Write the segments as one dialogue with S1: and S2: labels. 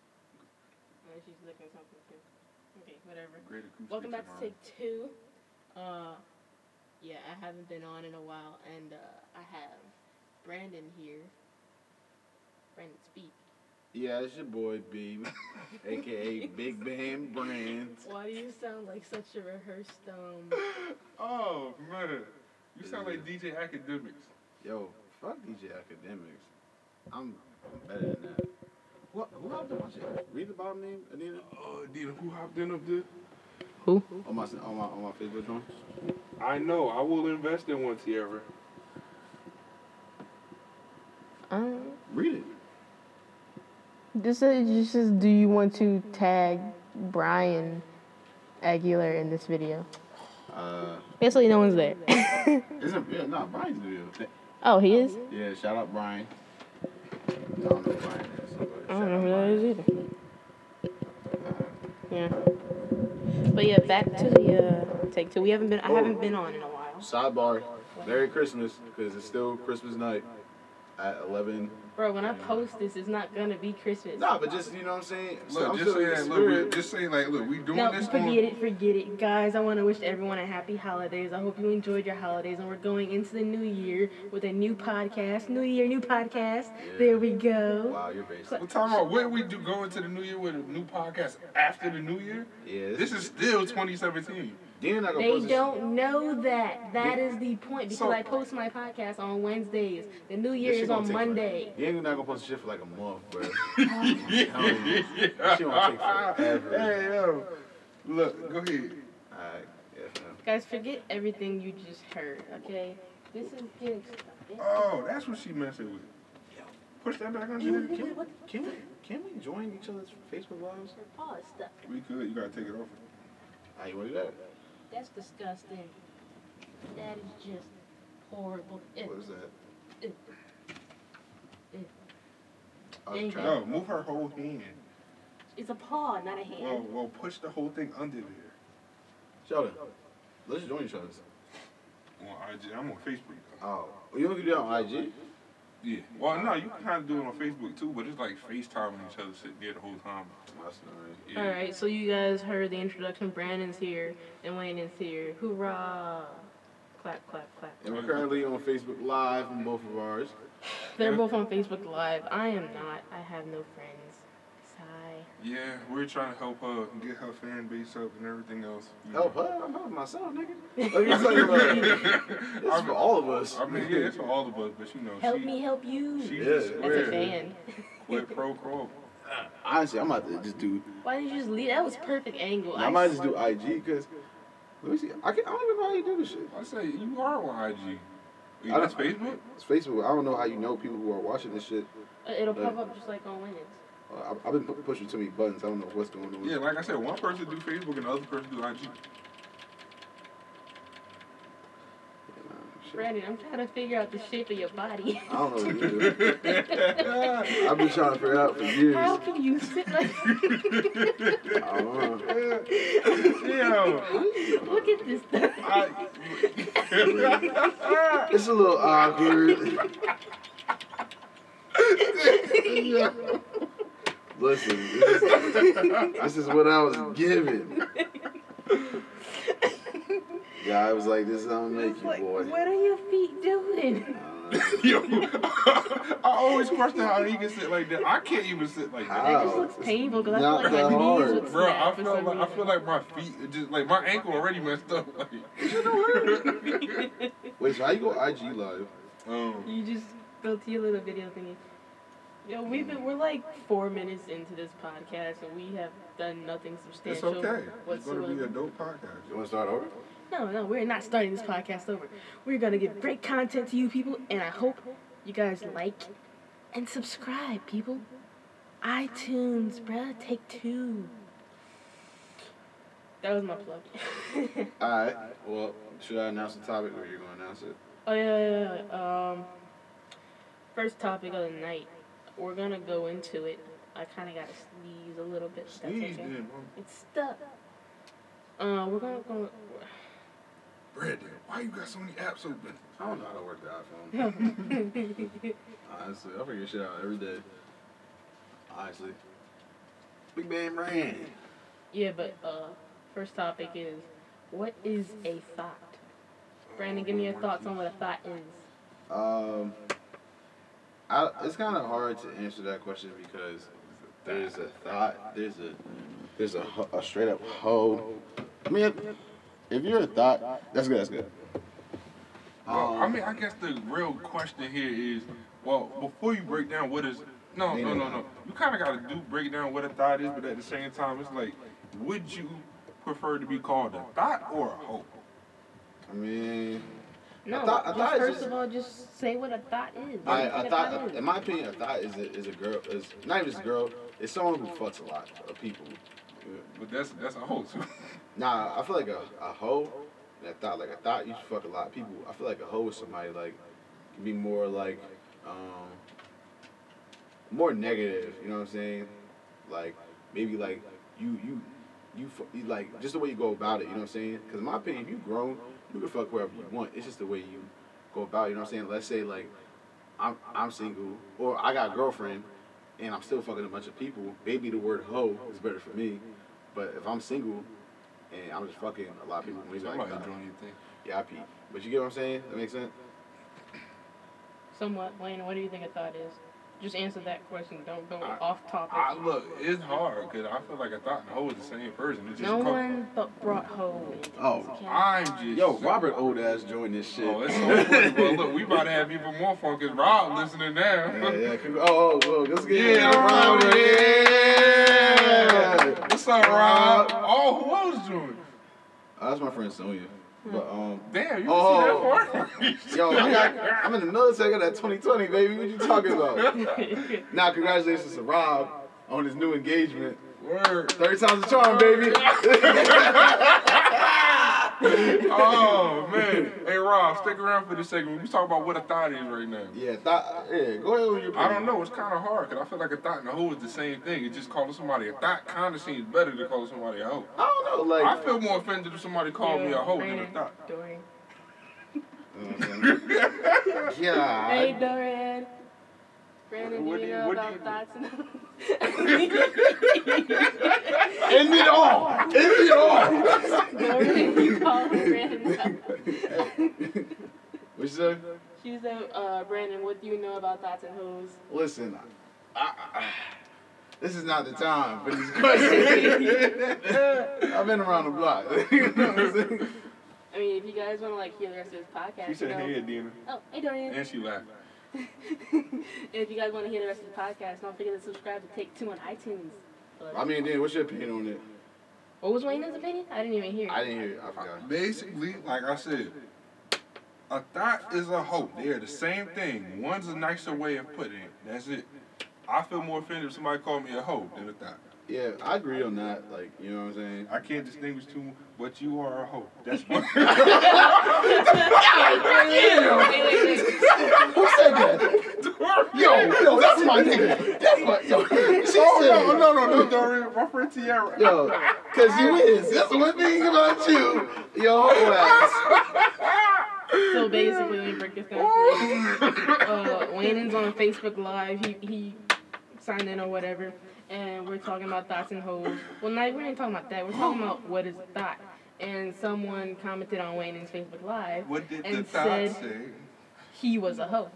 S1: like Oh, she's looking something too. Okay, whatever.
S2: Great acoustics.
S1: Welcome back to
S2: Amari.
S1: take two. Uh, yeah, I haven't been on in a while, and uh, I have Brandon here. Brandon, speak.
S3: Yeah, it's your boy B, aka Big Band Brand.
S1: Why do you sound like such a rehearsed um?
S2: oh man, you sound like DJ Academics.
S3: Yo, fuck DJ Academics. I'm better than that. What? Who hopped on my shit? Read the bottom name, Adina.
S2: Oh, Dina, who hopped in up there?
S1: Who?
S3: On my on my on my Facebook joint.
S2: I know. I will invest in one, Tierra.
S4: Um,
S3: Read it.
S4: this is this is do you want to tag Brian Aguilar in this video?
S3: Uh,
S4: Basically, no one's there.
S3: isn't yeah, nah, Brian's in the video. Th-
S4: oh, he is.
S3: Yeah, shout out Brian. I don't know who Brian is. So, but
S4: I
S3: shout
S4: don't know
S3: out
S4: who that
S3: Brian.
S4: is either. Yeah. But yeah, back to the uh, take two. We haven't been. I haven't been on in a while.
S3: Sidebar. Merry Christmas, because it's still Christmas night at 11.
S1: Bro, when I post this, it's not gonna be Christmas.
S3: Nah, but just you know what I'm saying. So
S2: Look,
S3: I'm
S2: just
S3: still in
S2: saying,
S3: the
S2: look, we,
S3: spirit.
S2: just saying, like, look, we doing
S1: No,
S2: this
S1: forget
S2: on.
S1: it, forget it. Guys, I want to wish everyone a happy holidays. I hope you enjoyed your holidays, and we're going into the new year with a new podcast. New year, new podcast. There we go.
S3: Wow, you're based.
S2: We're talking about where we do go into the new year with a new podcast after the new year.
S3: Yeah,
S2: This is still 2017.
S3: Dean not gonna
S1: They
S3: post this-
S1: don't know that. That is the point because
S2: So-
S1: I post my podcast on Wednesdays. The new year
S3: this shit
S1: is
S3: gonna
S1: on
S3: take
S1: Monday.
S3: Forever. Dean not gonna post this shit for like a month, bro. She gonna take forever.
S2: Hey, yo. Look, go ahead.
S3: Alright, yeah, fam.
S1: Guys, forget everything you just heard, okay? This is getting stuff.
S2: Oh, that's what she messing with. Push that back under there.
S3: Can we, what, can we can we join each other's Facebook lives?
S1: Pause stuff.
S2: We could. You gotta take it off.
S3: How you wanna do that?
S1: That's disgusting. That is just horrible. It,
S3: What is that?
S1: it, it.
S3: I
S1: There you
S3: was Oh, trying.
S2: No, move her whole hand.
S1: It's a paw, not a
S2: Whoa,
S1: hand.
S2: whoa, push the whole thing under there.
S3: Sheldon, let's join each other's.
S2: On IG, I'm on Facebook.
S3: Oh, you don't do that on IG?
S2: Yeah. Well, no, you can kind of do it on Facebook too, but it's like FaceTiming each other sitting there the whole time.
S3: That's not right.
S2: Yeah.
S1: All right, so you guys heard the introduction. Brandon's here and Wayne is here. Hoorah! Clap, clap, clap.
S3: And we're currently on Facebook Live on both of ours.
S1: They're both on Facebook Live. I am not. I have no friends. Sigh.
S2: Yeah, we're trying to help uh, her and get her fan base up and everything else. you know.
S3: Help her, I'm helping myself, nigga. Like, it's like, uh, this is for all of us.
S2: I mean, yeah, it's for all of us, but you know,
S1: Help
S2: she,
S1: me help you.
S2: she
S3: Yeah.
S2: just
S1: That's a
S3: Where?
S2: quit,
S1: band.
S2: quit pro quo.
S3: Honestly, I'm about to just do.
S1: Why did you just leave? That was perfect angle.
S3: I might just do IG because let me see. I can. I don't even know how you do this shit.
S2: I say you are on IG. You
S3: I
S2: on
S3: don't-
S2: Facebook?
S3: It's Facebook. I don't know how you know people who are watching this shit.
S1: Uh, It'll pop up just like on Windows.
S3: Uh, I, I've been pu- pushing too many buttons. I don't know what's going on.
S2: Yeah, like I said, one person do Facebook and the other person do IG.
S3: Yeah, nah, shit.
S1: Brandon, I'm trying to figure out the shape of your body.
S3: I don't know what you do. I've been trying to figure out for years.
S1: How can you sit like
S3: I don't know.
S2: Yeah.
S1: Look at this thing.
S2: I,
S3: It's a little awkward. Listen, this is, this is what I was given. Yeah, I was like, this is how I'm gonna make you,
S1: Like,
S3: boy. Uh,
S1: what are your feet doing?
S3: I don't know.
S2: yo, I always question how he can sit like that. I can't even sit like that.
S1: That just
S3: Ow.
S1: looks painful because I
S3: Oh, Not
S1: feel like
S3: that
S1: my
S3: hard.
S1: knees would
S2: Bro, I
S1: snap for
S2: feel
S1: some
S2: like I feel
S1: reason.
S2: like my feet are just like my ankle already messed up. Like,
S3: Wait, so how you go IG live?
S2: um,
S1: You just go to your little video thingy. Yo, we've been we're like four minutes into this podcast and we have done nothing
S2: it's
S1: substantial
S2: okay. It's gonna be a
S1: whatsoever.
S2: dope podcast.
S3: You wanna start over?
S1: No, no, we're not starting this podcast over. We're gonna give great content to you people, and I hope you guys like and subscribe, people. iTunes, bruh, take two. That was my plug.
S3: Alright, well, should I announce the topic or you're gonna announce it?
S1: Oh yeah, yeah, yeah, yeah. Um, first topic of the night. We're gonna go into it. I kind of gotta sneeze a little bit. but
S2: Sneeze
S1: That's okay.
S2: then,
S1: It's stuck. Uh, we're gonna go.
S2: Brandon, why you got so many apps open?
S3: I don't know how to work the iPhone. Honestly, I figure shit out every day. Honestly. Big man Rand.
S1: Yeah, but uh, first topic is what is a thought? Brandon, give me your thoughts on what a thought is.
S3: Um, I, it's kind of hard to answer that question because there's a thought, there's a there's a, ho- a straight up hoe. I mean, if, if you're a thought, that's good. That's good. Um,
S2: Well, I mean, I guess the real question here is, well, before you break down what is, no, no, no, no. You kind of got to do break down what a thought is, but at the same time, it's like, would you prefer to be called a thought or a hope?
S3: I mean,
S1: No,
S3: A thought- a
S1: just
S3: thought is
S1: first
S3: just-
S1: of all, just say what a thought is.
S3: I,
S1: What
S3: a
S1: a
S3: thought,
S1: is.
S3: in my opinion, a thought is a, is a girl. Is not even just a girl. It's someone who fucks a lot of people.
S2: But that's that's a hope. too.
S3: Nah, I feel like a, a hoe and a thought. Like a thought, you fuck a lot of people. I feel like a hoe is somebody like can be more like um more negative. You know what I'm saying? Like maybe like you you you, fu- you like just the way you go about it. You know what I'm saying? Because in my opinion, if you grown, you can fuck whoever you want. It's just the way you go about. it, You know what I'm saying? Let's say like I'm I'm single or I got a girlfriend and I'm still fucking a bunch of people. Maybe the word hoe is better for me. But if I'm single and I'm just fucking a lot of people, maybe
S2: Somebody
S3: like,
S2: doing your thing.
S3: yeah, I pee. But you get what I'm saying? That makes sense.
S1: Somewhat, Lane. What do you think a thought is? Just answer that question. Don't go
S2: I-
S1: off topic.
S2: I, look, it's hard because I feel like a thought and hoe is the same person. It's just
S1: no
S2: called-
S1: one but brought hoe into
S3: Oh,
S1: this camp.
S2: I'm just
S3: Yo, Robert old ass joined this shit.
S2: Oh, it's so funny. Well, look, we about to have even more fun because Rob listening now.
S3: Yeah, yeah. congr- Oh, oh, oh, let's get it.
S2: Yeah, Robert. Yeah. What's up, Rob?
S3: Rob.
S2: Oh, who else doing?
S3: Oh, that's my friend Sonya. But um,
S2: Damn, you
S3: Oh.
S2: see that far?
S3: yo, I got, I'm in the military. I got that 2020, baby. What you talking about? Now, congratulations to Rob on his new engagement.
S2: Word.
S3: Thirty times the charm, baby.
S2: Oh man. Hey, Rob, stick around for this segment. We talking about what a thought is right now.
S3: yeah, thought, yeah. Go ahead with your.
S2: I don't know. It's kind of hard because I feel like a thought and a hoe is the same thing. It's just calling somebody a thought kind of seems better than calling somebody a hoe.
S3: I don't know. Like,
S2: I feel more offended if somebody called me a hoe than a
S1: Brandon,
S2: thought.
S1: Dorian.
S3: yeah.
S1: Hey, Dorian. Brandon,
S2: What
S1: do
S2: do
S1: you
S2: you-
S1: know
S2: what do
S1: about
S2: you-
S1: thoughts and
S3: End it all. End it all.
S1: Dorian, you called Brandon up.
S3: What you say?
S1: She said, uh, Brandon, what do you know about thoughts and hoes?
S3: Listen, I, I, this is not the time for these questions. I've been around the block. You know what I'm saying?
S1: I mean, if you guys want to like hear the rest of this podcast,
S2: She said,
S1: you know,
S2: "Hey, Dina,"
S1: oh, hey Dorian.
S2: and she laughed.
S1: if you guys want to hear the rest of the podcast, don't forget to subscribe to Take Two on iTunes.
S3: I mean, then what's your opinion on it?
S1: what was Wayne's opinion? I didn't even hear. it.
S3: I didn't hear it. I forgot.
S2: Basically, like I said, a thought is a hope. They are the same thing. One's a nicer way of putting it. That's it. I feel more offended if somebody called me a hoe than a thought.
S3: Yeah, I agree on that. Like, you know what I'm saying?
S2: I can't distinguish two, but you are a hoe. That's what.
S1: Wait, wait, wait.
S3: Who said that? Yo, yo, that's my nigga. That's my yo. She
S2: no,
S3: said,
S2: oh, no, no, no, Dorian. My friend Tiara.
S3: yo, cause you is. That's one thing about you. Yo, whole ass.
S1: So basically, let me break this down for you. Uh, Wayne's on Facebook Live. He he signed in or whatever, and we're talking about thoughts and hoes. Well, no, we ain't talking about that. We're talking about what is a thought. And someone commented on Wayne's Facebook Live
S2: What did the
S1: and
S2: thought
S1: said
S2: say?
S1: he was a hoe.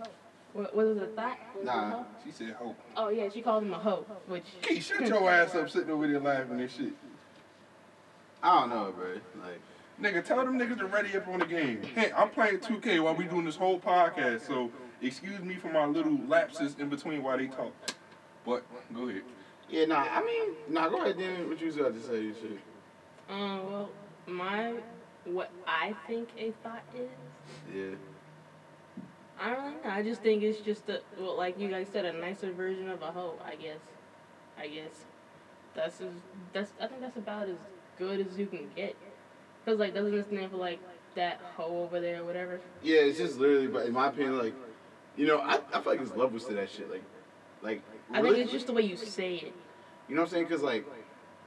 S1: What, what was a thought? Was it a
S3: Nah.
S1: hoe?
S2: She said hope.
S1: Oh yeah, she called him a hoe, which
S2: Hey, shut your ass up sitting over there laughing and shit.
S3: I don't know, bro. Like,
S2: Nigga, tell them niggas to ready up on the game. Hey, I'm playing 2K while we doing this whole podcast, so excuse me for my little lapses in between while they talk. But go ahead.
S3: yeah, nah. I mean, nah. Go ahead, then. What you was about to say? You shit.
S1: um well my what I think a thought is
S3: Yeah.
S1: I don't know. I just think it's just a well, like you guys said, a nicer version of a hoe. I guess. I guess. That's as, that's. I think that's about as good as you can get. Cause like doesn't it stand for like that hoe over there or whatever?
S3: Yeah, it's just literally, but in my opinion, like, you know, I, I feel like it's levels to that shit. Like, like,
S1: I think
S3: really-
S1: it's just the way you say it.
S3: you know what I'm saying? Cause like,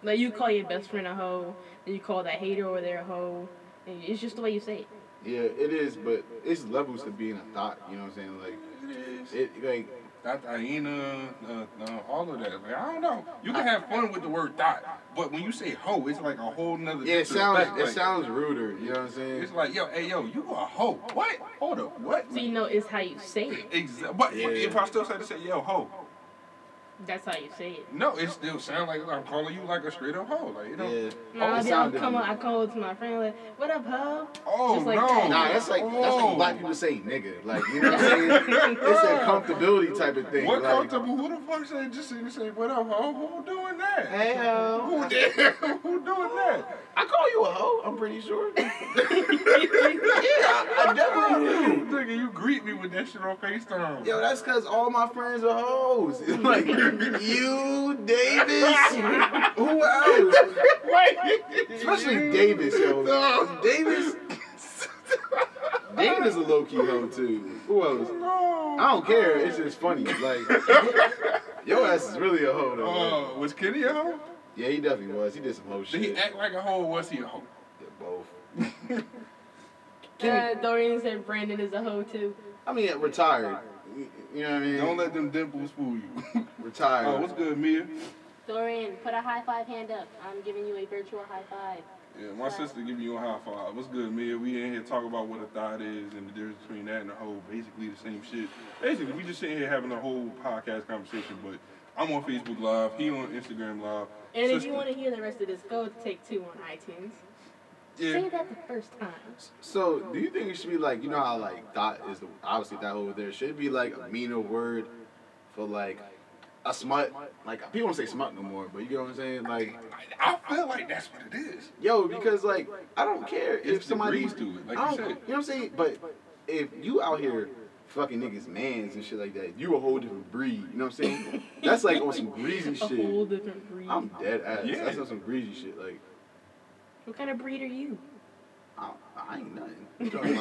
S1: Like you call your best friend a hoe, then you call that hater over there a hoe. And it's just the way you say it.
S3: yeah, it is, but it's levels to being a thought. You know what I'm saying? Like, it like
S2: thought, hyena, uh, uh, all of that. Like, I don't know. You can have fun with the word thought, but when you say hoe, it's like a whole nother.
S3: Yeah, it sounds
S2: disrespect,
S3: it
S2: like,
S3: sounds ruder. You know what I'm saying?
S2: It's like, yo, hey, yo, you a hoe. What? Hold up, what?
S1: So you know it's how you say it.
S2: Exa- but
S3: Yeah.
S2: if I still say to say, yo, hoe,
S1: That's how you say it.
S2: no, it still sounds like I'm calling you like a straight up hoe. Like, you know,
S3: yeah.
S1: No, I'll be-
S3: it
S1: I'll
S3: sounded-
S1: come on, I call to my friend like, "What up, hoe?"
S2: Oh,
S1: Just like
S2: no.
S1: that.
S3: Nah, that's like that's like
S2: Oh.
S3: black people say nigga. Like you know what I'm saying? it's that comfortability type of thing.
S2: what
S3: like,
S2: comfortable? Who the fuck said just say, say what up, hoe? Who doing that?
S3: Hey uh, ho.
S2: Who, did, who doing that?
S3: I call you a hoe. I'm pretty sure. yeah, I, I definitely do.
S2: Nigga, you greet me with that shit on FaceTime.
S3: Yo, that's cause all my friends are hoes. like you, Davis. Who else? Especially Davis, yo.
S2: Oh.
S3: Davis. Davis a low key hoe too. Who else?
S2: No.
S3: I don't care. It's just funny. Like, your ass is really a hoe, though. man.
S2: Uh, was Kenny a hoe?
S3: Yeah, he definitely was. He did some hoe shit.
S2: Did he act like a hoe or was he a hoe?
S3: Yeah, both.
S1: Uh, Dorian said Brandon is a hoe too.
S3: I mean, yeah, retired. You- You know what I mean?
S2: Don't let them dimples fool you.
S3: Retired.
S2: Oh, what's good, Mia?
S5: Dorian, put a high five hand up. I'm giving you a virtual high five.
S2: Yeah, my sister giving you a high five. What's good, Mia? We in here talking about what a thought is and the difference between that and a hoe. Basically the same shit. Basically, we just sitting here having a whole podcast conversation, but I'm on Facebook Live, he on Instagram Live.
S1: And if
S2: Sister-
S1: you want to hear the rest of this, go to Take Two on iTunes.
S2: yeah.
S1: Say that the first time.
S3: So, do you think it should be like, you know how, like, dot is the, obviously that over there? Should it be like a meaner word for, like, a smut? Like, people don't say smut no more, but you get what I'm saying? Like,
S2: I feel like that's what it is.
S3: Yo, because like I don't care if
S2: It's
S3: somebody
S2: degrees to it, like
S3: I
S2: you said.
S3: don't- know what I'm saying? But if you out here fucking niggas mans and shit like that, you a whole different breed. You know what I'm saying? That's like on some greasy
S1: A whole
S3: shit.
S1: different breed.
S3: I'm dead ass.
S2: Yeah.
S3: That's on some greasy shit. Like
S1: What kind of breed are you?
S3: I, I ain't nothing. You talking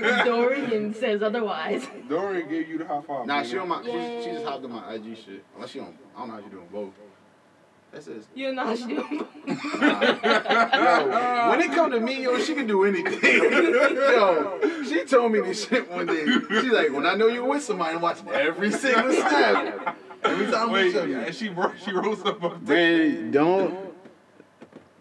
S3: about-
S1: Dorian says otherwise.
S2: Dorian gave you the high five.
S3: nah,
S2: nigga.
S3: she on my. She, she just hopped on my IG shit. Unless she on. I don't know how she doing both. That's just.
S1: You're not sure.
S3: Yo, when it come to me, yo, she can do anything. yo, she told me this shit one day. She's like, when I know you're with somebody, I'm watching every single snap. Every time we
S2: Wait,
S3: show
S2: yeah,
S3: you.
S2: and she ro- she rose up on that.
S3: Brandon, don't.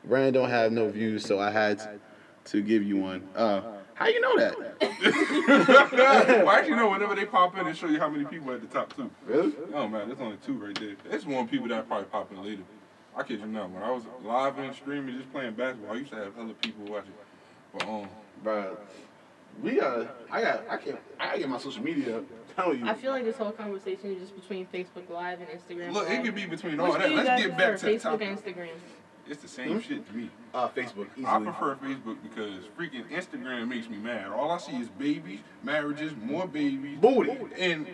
S3: Brandon don't have no views, so I had to, to give you one. Uh, how you know that?
S2: well, actually, no. Whenever they pop in, they show you how many people at the top too.
S3: Really?
S2: Oh man, there's only two right there. There's one people that probably pop in later. I kid you not. When I was live and streaming, just playing basketball, I used to have other people watching. But um,
S3: Bro, we uh, I got, I can't, I gotta get my social media up. Tell you.
S1: I feel like this whole conversation is just between Facebook Live and Instagram.
S2: look, it
S1: Live.
S2: could be between
S1: Which
S2: all
S1: do
S2: that.
S1: you
S2: Let's
S1: guys
S2: get back
S1: prefer,
S2: to the
S1: Facebook and
S2: topic.
S1: Instagram.
S2: It's the same shit to me.
S3: uh, Facebook easily.
S2: I prefer Facebook because freaking Instagram makes me mad. All I see is babies, marriages, more babies,
S3: Booty.
S2: and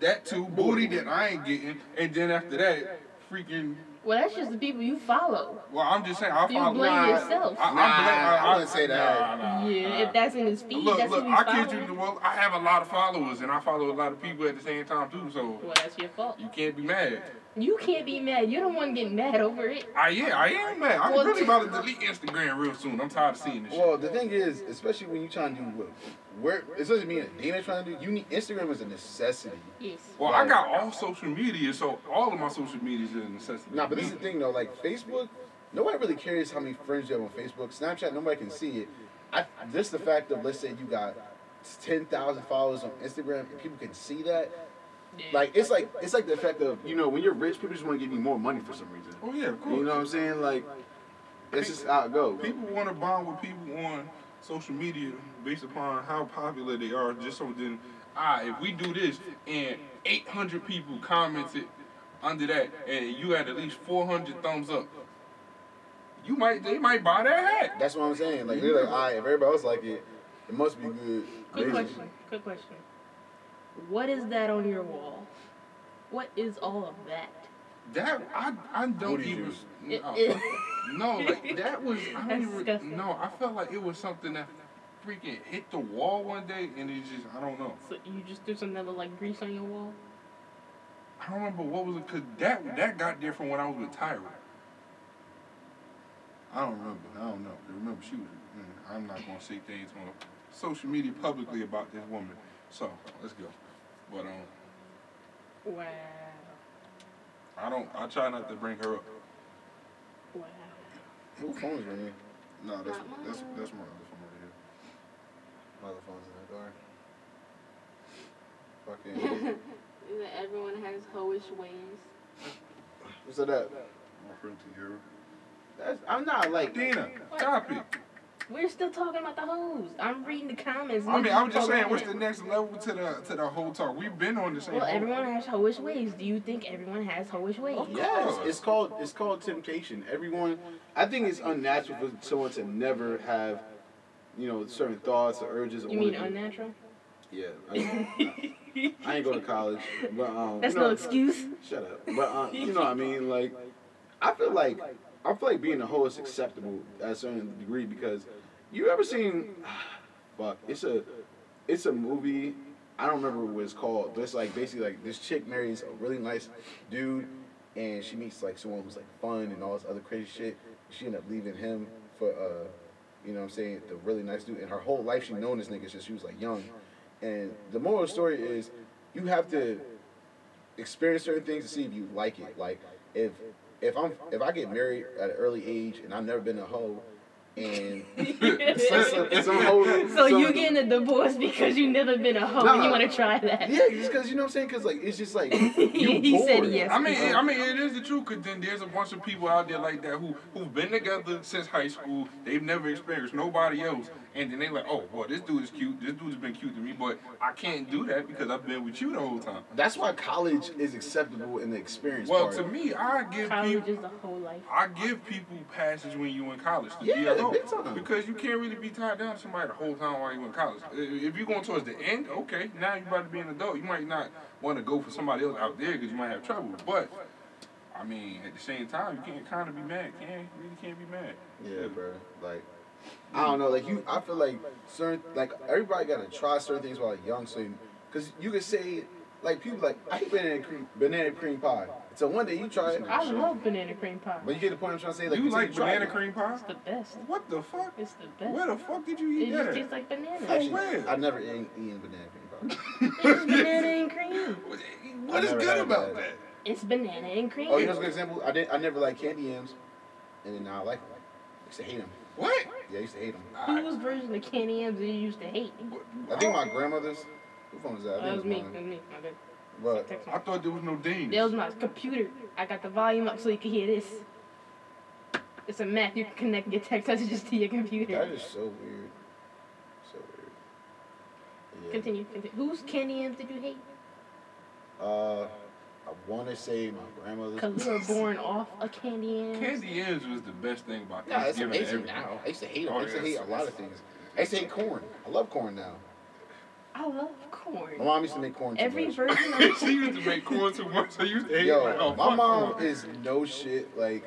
S2: that too booty that I ain't getting. And then after that, freaking.
S1: Well, that's just the people you follow.
S2: Well, I'm just saying, I
S1: You
S2: follow.
S1: blame
S2: I,
S1: yourself.
S2: I,
S3: Nah,
S2: blame,
S3: I wouldn't say that.
S2: Nah, nah,
S1: yeah,
S2: nah.
S1: if that's in his feed,
S2: Uh, Look,
S1: that's
S2: look,
S1: who he's
S2: I
S1: following.
S2: kid you. Well, I have a lot of followers, and I follow a lot of people at the same time too. So
S1: Well, that's your fault.
S2: you can't be mad.
S1: You can't be mad. You're the one getting mad over it.
S2: I yeah, I am mad. I'm
S1: Well,
S2: really
S1: t-
S2: about to delete Instagram real soon. I'm tired of seeing this. shit.
S3: Well, the thing is, especially when you trying to do what, where, especially me and Dana trying to do, you need Instagram is a necessity.
S1: Yes.
S2: Well, I got all social media, so all of my social media is a necessity.
S3: Nah, but this is the thing though, like Facebook, nobody really cares how many friends you have on Facebook. Snapchat, nobody can see it. I just the fact of let's say you got ten thousand followers on Instagram and people can see that.
S1: Yeah.
S3: Like it's like it's like the effect of you know when you're rich, people just want to give you more money for some reason.
S2: Oh yeah, of course.
S3: You know what I'm saying? Like it's just how it goes.
S2: People want to bond with people on social media based upon how popular they are, just so then, ah, if we do this and 800 people commented under that, and you had at least 400 thumbs up, you might they might buy that hat.
S3: That's what I'm saying. Like they're like, all right, if everybody else like it, it must be good.
S1: Quick
S3: Basically.
S1: question. Quick question. What is that on your wall? What is all of that?
S2: That I I don't
S3: Booty
S2: even
S3: juice.
S2: no,
S1: It-
S2: no like that was I
S1: That's
S2: don't even
S1: disgusting.
S2: no I felt like it was something that freaking hit the wall one day and it just I don't know.
S1: So you just threw something that looked like grease on your wall?
S2: I don't remember what was it because that that got there from when I was with Tyra. I don't remember. I don't know. I remember she was. mm, I'm not gonna say things on social media publicly about this woman. So let's go. But um,
S1: Wow.
S2: I don't. I try not to bring her up.
S1: Wow.
S3: Who phones ringing?
S6: No, that's
S5: Not mine.
S6: that's that's my other phone over here.
S3: My other phone's in the door. Fucking.
S5: That everyone has hoish ways.
S3: What's that?
S6: My friend Tiara.
S3: That's, I'm not like.
S2: Dina, stop it.
S1: We're still talking about the hoes. I'm reading the comments.
S2: I mean, I'm just saying, what's the
S1: name?
S2: next level to the to the whole talk? We've been on the same.
S1: Well,
S2: whole-
S1: everyone has hoish ways. Do you think everyone has hoish ways?
S2: course.
S3: Yes, it's called it's called temptation. Everyone, I think it's unnatural for someone to never have, you know, certain thoughts or urges. or
S1: You mean
S3: wanna do-
S1: unnatural?
S3: Yeah, I, I ain't go to college, but um,
S1: That's
S3: you
S1: no
S3: know,
S1: excuse.
S3: Shut up. But um, you know what I mean? Like, I feel like I feel like being a hoe is acceptable at a certain degree because you ever seen? Fuck, it's a it's a movie. I don't remember what it's called, but it's like basically like this chick marries a really nice dude, and she meets like someone who's like fun and all this other crazy shit. She ended up leaving him for uh, you know what I'm saying, the really nice dude. And her whole life she known this nigga since she was like young. And the moral of the story is, you have to experience certain things to see if you like it. Like if if I'm if I get married at an early age and I've never been a hoe, and some- some- some hoe-
S1: So
S3: some-
S1: you getting a divorce because you never been a hoe and you
S3: Nah.
S1: want to try that?
S3: yeah, just because you know what I'm saying? Because like it's just like you
S1: He said
S3: bored.
S1: yes.
S2: I mean, it, I mean, it is the truth. Cause then there's a bunch of people out there like that who who've been together since high school. They've never experienced nobody else, and then they like, oh, well, this dude is cute. This dude's been cute to me, but I can't do that because I've been with you the whole time.
S3: That's why college is acceptable in the experience
S2: Well,
S3: part.
S2: to me, I give
S1: College
S2: people,
S1: is the whole life.
S2: I give people passes when you in college to be
S3: Yeah,
S2: alone
S3: big time.
S2: because you can't really be tied down to somebody the whole time while you in college. I- If you're going towards the end, okay, now you about to be an adult. You might not want to go for somebody else out there because you might have trouble, but. I mean, at the same time, you can't kind of be mad. Can't you really can't be mad.
S3: Yeah, bro. Like, I don't know. Like you, I feel like certain, like everybody gotta try certain things while they're young. So, you, cause you could say, like people like I hate banana cream, banana cream pie. So one day you try it,
S1: I love banana cream pie.
S3: but you get the point I'm trying to say. Like
S2: you
S3: until
S2: like
S3: try
S2: banana
S3: it.
S2: cream pie?
S1: It's the best.
S2: What the fuck?
S1: It's the best.
S2: Where the fuck did you
S1: it
S2: eat
S1: just
S2: that?
S1: tastes like banana.
S3: Actually,
S2: Where?
S3: I've never eaten, eaten banana cream pie.
S1: it's banana and cream.
S2: What
S3: I
S2: is
S3: never
S2: good
S3: had
S2: about that?
S3: that.
S1: It's banana and cream.
S3: Oh, you know what's a good example? I did. I never liked candy yams, and then now I like them. I used to hate them.
S2: What?
S3: Yeah, I used to hate them.
S1: Whose version of candy yams did you used to hate?
S3: I think my grandmother's. Who phone is that? I
S1: Oh, that
S3: think
S1: was
S3: it's
S1: me. That
S3: mine.
S1: was me. My bad.
S3: But
S1: Text
S2: I
S1: me.
S2: thought there was no Dean.
S1: That was my computer. I got the volume up so you can hear this. It's a Mac. You can connect your text messages to your computer.
S3: that is so weird. So weird. Yeah.
S1: Continue. continue. Whose candy yams did you hate?
S3: Uh, I want to say my grandmother's.
S1: Because we were born off of candy yams.
S2: Candy M's was the best thing about
S3: Nah, it's
S2: Thanksgiving.
S3: amazing
S2: ever.
S3: now. I used to hate them.
S2: Oh,
S3: I used to
S2: yeah,
S3: hate a
S2: it's-
S3: lot of things. I used to hate corn. I love corn now.
S1: I love
S3: My
S1: corn.
S3: mom used to make corn. Too
S1: Every
S3: much.
S1: version of
S2: she used to make corn too much. I used to hate it.
S3: Yo,
S2: Oh,
S3: my
S2: fuck
S3: mom
S2: corn.
S3: is no shit. Like,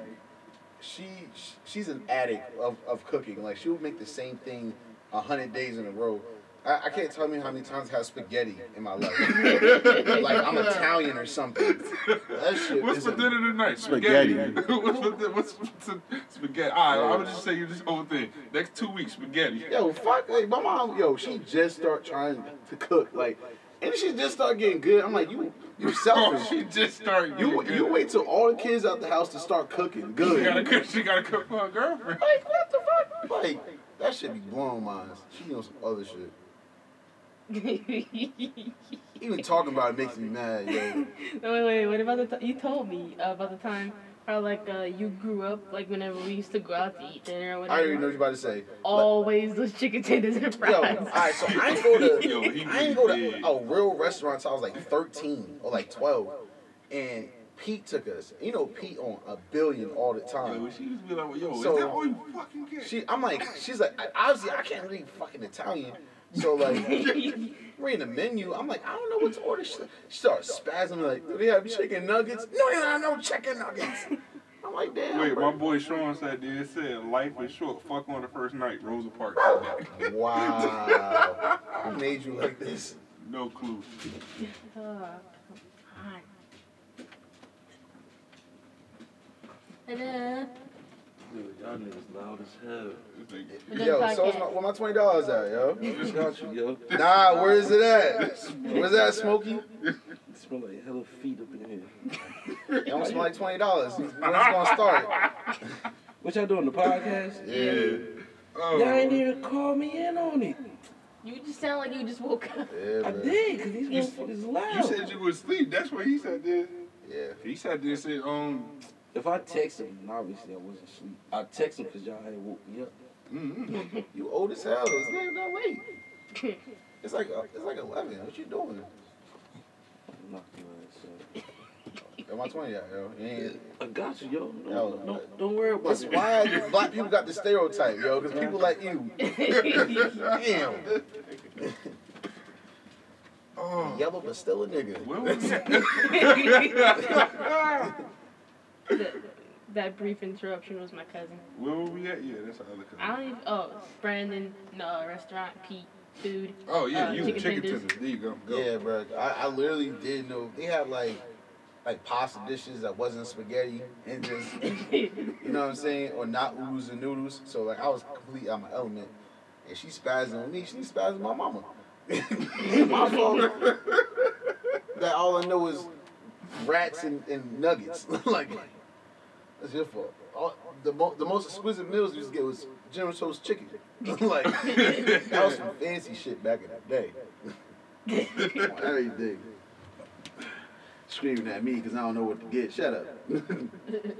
S3: she sh- she's an addict of, of cooking. Like, she would make the same thing a hundred days in a row. I, I can't tell you how many times I have spaghetti in my life. like I'm Italian or something. That shit
S2: What's
S3: is
S2: for
S3: a-
S2: dinner tonight? Spaghetti. what's for dinner? What's for t- spaghetti? All right, I would just say you this whole thing. Next two weeks, spaghetti.
S3: Yo, fuck, like my mom, yo, she just start trying to cook, like, and she just start getting good. I'm like, you, you
S2: Oh,
S3: selfish.
S2: she just started.
S3: You,
S2: getting
S3: you
S2: good.
S3: wait till all the kids out the house to start cooking
S2: She
S3: good.
S2: gotta
S3: Like,
S2: cook. She gotta cook for her girlfriend.
S3: what the fuck? Like, that should be blowing minds. She be on some other shit. Even talking about it makes me mad, yo.
S1: No, wait, wait, what about the t- you told me about the time how like uh, you grew up like whenever we used to go out to eat dinner or
S3: I
S1: whatever.
S3: already know what you're about to say.
S1: Always those chicken tenders and fries.
S3: Yo, alright, so I ain't go to
S2: Yo, he
S3: I ain't go
S2: really
S3: to
S2: did.
S3: a real restaurant till I was like thirteen or like twelve. And Pete took us. You know Pete on a billion all the
S2: Yo,
S3: time.
S2: she used to be like, "Yo,
S3: So-
S2: is that all you fucking get?"
S3: She I'm like she's like I- obviously I can't read fucking Italian. So like reading the menu, I'm like, I don't know what to order. She, she starts spazzing like, do they have chicken nuggets? No, they don't have no chicken nuggets. I'm like, damn.
S2: Wait, my
S3: bro.
S2: boy Sean said this. Said life is short. Fuck on the first night. Rosa Parks. said that.
S3: Wow. Who made you like this?
S2: No clue.
S1: Uh, God.
S5: Ta-da.
S7: Dude, y'all niggas loud as hell.
S2: It's like,
S3: Yo, so what's my, where my twenty dollars at, yo?
S7: I just got you, yo.
S3: Nah, where is it at? Where's that, Smokey?
S7: Smell like hella feet up in here.
S3: It don't smell like twenty dollars. When's it gonna start?
S7: What y'all doing, the podcast?
S3: Yeah.
S2: Oh,
S7: Y'all ain't even called me in on it.
S5: You just sound like you just woke up.
S3: Yeah,
S7: I
S3: man.
S7: did, because these
S2: You-
S7: motherfuckers
S2: you said
S7: loud.
S2: you was asleep. That's what he said. There.
S3: Yeah.
S2: He sat there and said, um,
S7: If I text them, and obviously I wasn't asleep. I text them because y'all had woke me up.
S2: mm-mm.
S3: You old as hell. It's not that late. It's like it's like eleven. What you doing?
S7: Knocked your ass out.
S3: Am I twenty out, yo? You ain't-
S7: I got you, yo. No,
S3: Yo.
S7: no, don't worry about
S3: That's
S7: it.
S3: why black people got the stereotype, yo, because people like you. Damn.
S2: oh.
S3: Yellow but still a nigga.
S2: Where was that?
S1: That, that brief interruption was my cousin.
S2: Where were we at? Yeah, that's our other
S1: I
S2: cousin.
S1: don't even. Oh, Brandon. No, restaurant. Pete. Food.
S2: Oh yeah,
S1: Uh,
S2: you
S1: chicken
S2: chicken
S1: tenders.
S2: tenders. There you go. go.
S3: Yeah, bro. I, I literally did know they had like like pasta dishes that wasn't spaghetti and just you know what I'm saying, or not oodles and noodles. So like I was completely out my element, and she spazzing on me. She spazzing my mama. my fault. that all I know is rats and, and nuggets. like that's your fault. All, the, mo- the most exquisite meals you used to get was General Tso's chicken. like that was some fancy shit back in the day. Everything. Screaming at me because I don't know what to get. Shut up.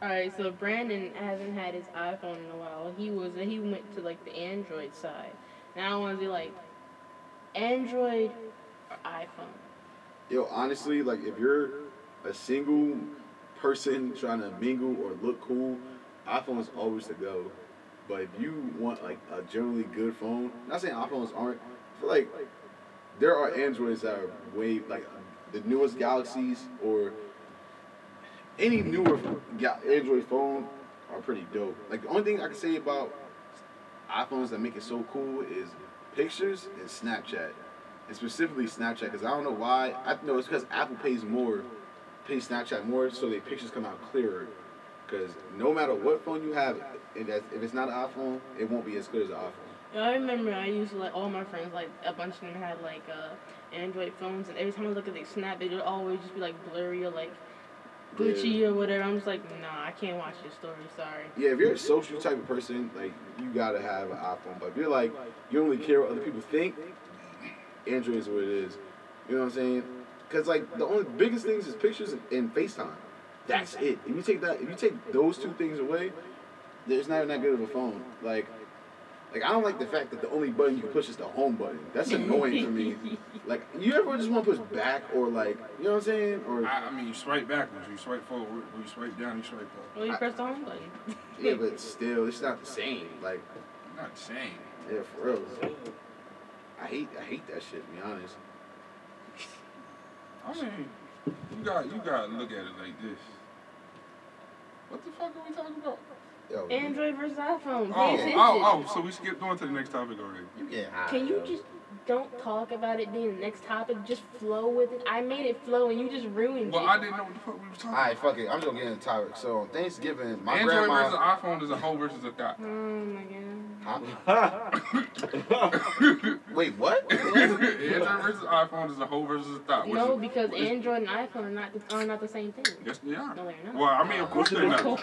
S1: Alright, so Brandon hasn't had his iPhone in a while. He was he went to like the Android side. And I want to be like Android or iPhone.
S3: Yo, honestly, like if you're a single person trying to mingle or look cool, iPhone is always the go. But if you want like a generally good phone, not saying iPhones aren't. I feel like there are Androids that are way like the newest Galaxies or any newer ga- Android phone are pretty dope. Like the only thing I can say about iPhones that make it so cool is pictures and Snapchat and specifically Snapchat, because I don't know why. I know it's because Apple pays more, pays Snapchat more, so their pictures come out clearer. Because no matter what phone you have, if, that's, if it's not an iPhone, it won't be as clear as an iPhone.
S1: I remember I used to like all my friends, like a bunch of them had like uh, Android phones, and every time I look at their snap, it would always just be like blurry or like glitchy or whatever. I'm just like, nah, I can't watch your story. Sorry.
S3: Yeah, if you're a social type of person, like you gotta have an iPhone. But if you're like you don't really care what other people think, Android is what it is. You know what I'm saying? Because like the only biggest things is pictures and, and FaceTime. That's it. If you take that, if you take those two things away, there's not even that good of a phone. Like, like I don't like the fact that the only button you push is the home button. That's annoying to me. Like, you ever just want to push back or like, you know what I'm saying? Or
S2: I, I mean, you swipe backwards, you swipe forward, you swipe down, you swipe up.
S1: Well, you press the home button.
S3: yeah, but still, it's not the same. Like,
S2: Not the same.
S3: yeah, for real. I hate, I hate that shit. To be honest.
S2: I mean, you got you got to look at it like this. What the fuck are we talking about?
S3: Yo,
S1: Android versus iPhone. Pay
S2: Oh,
S1: attention.
S2: oh, oh! So we skipped on to the next topic already.
S3: you getting high?
S1: Can you
S3: yo.
S1: just don't talk about it being the next topic? Just flow with it. I made it flow, and you just ruined
S2: Well,
S1: it.
S2: I didn't know what the fuck we were talking.
S3: All
S2: about.
S3: right, fuck it. I'm just gonna get into the topic. So on Thanksgiving, my
S2: Android versus
S3: grandma.
S2: iPhone is a whole versus a thought.
S1: Oh my god.
S3: Huh? Wait, what?
S2: Android versus iPhone is a whole versus a thought. which
S1: No,
S2: is-
S1: because
S2: which is-
S1: Android and iPhone are not the, are not the same thing.
S2: Yes, they are.
S1: No, they're not.
S2: Well, I mean, of course they're not. Oh,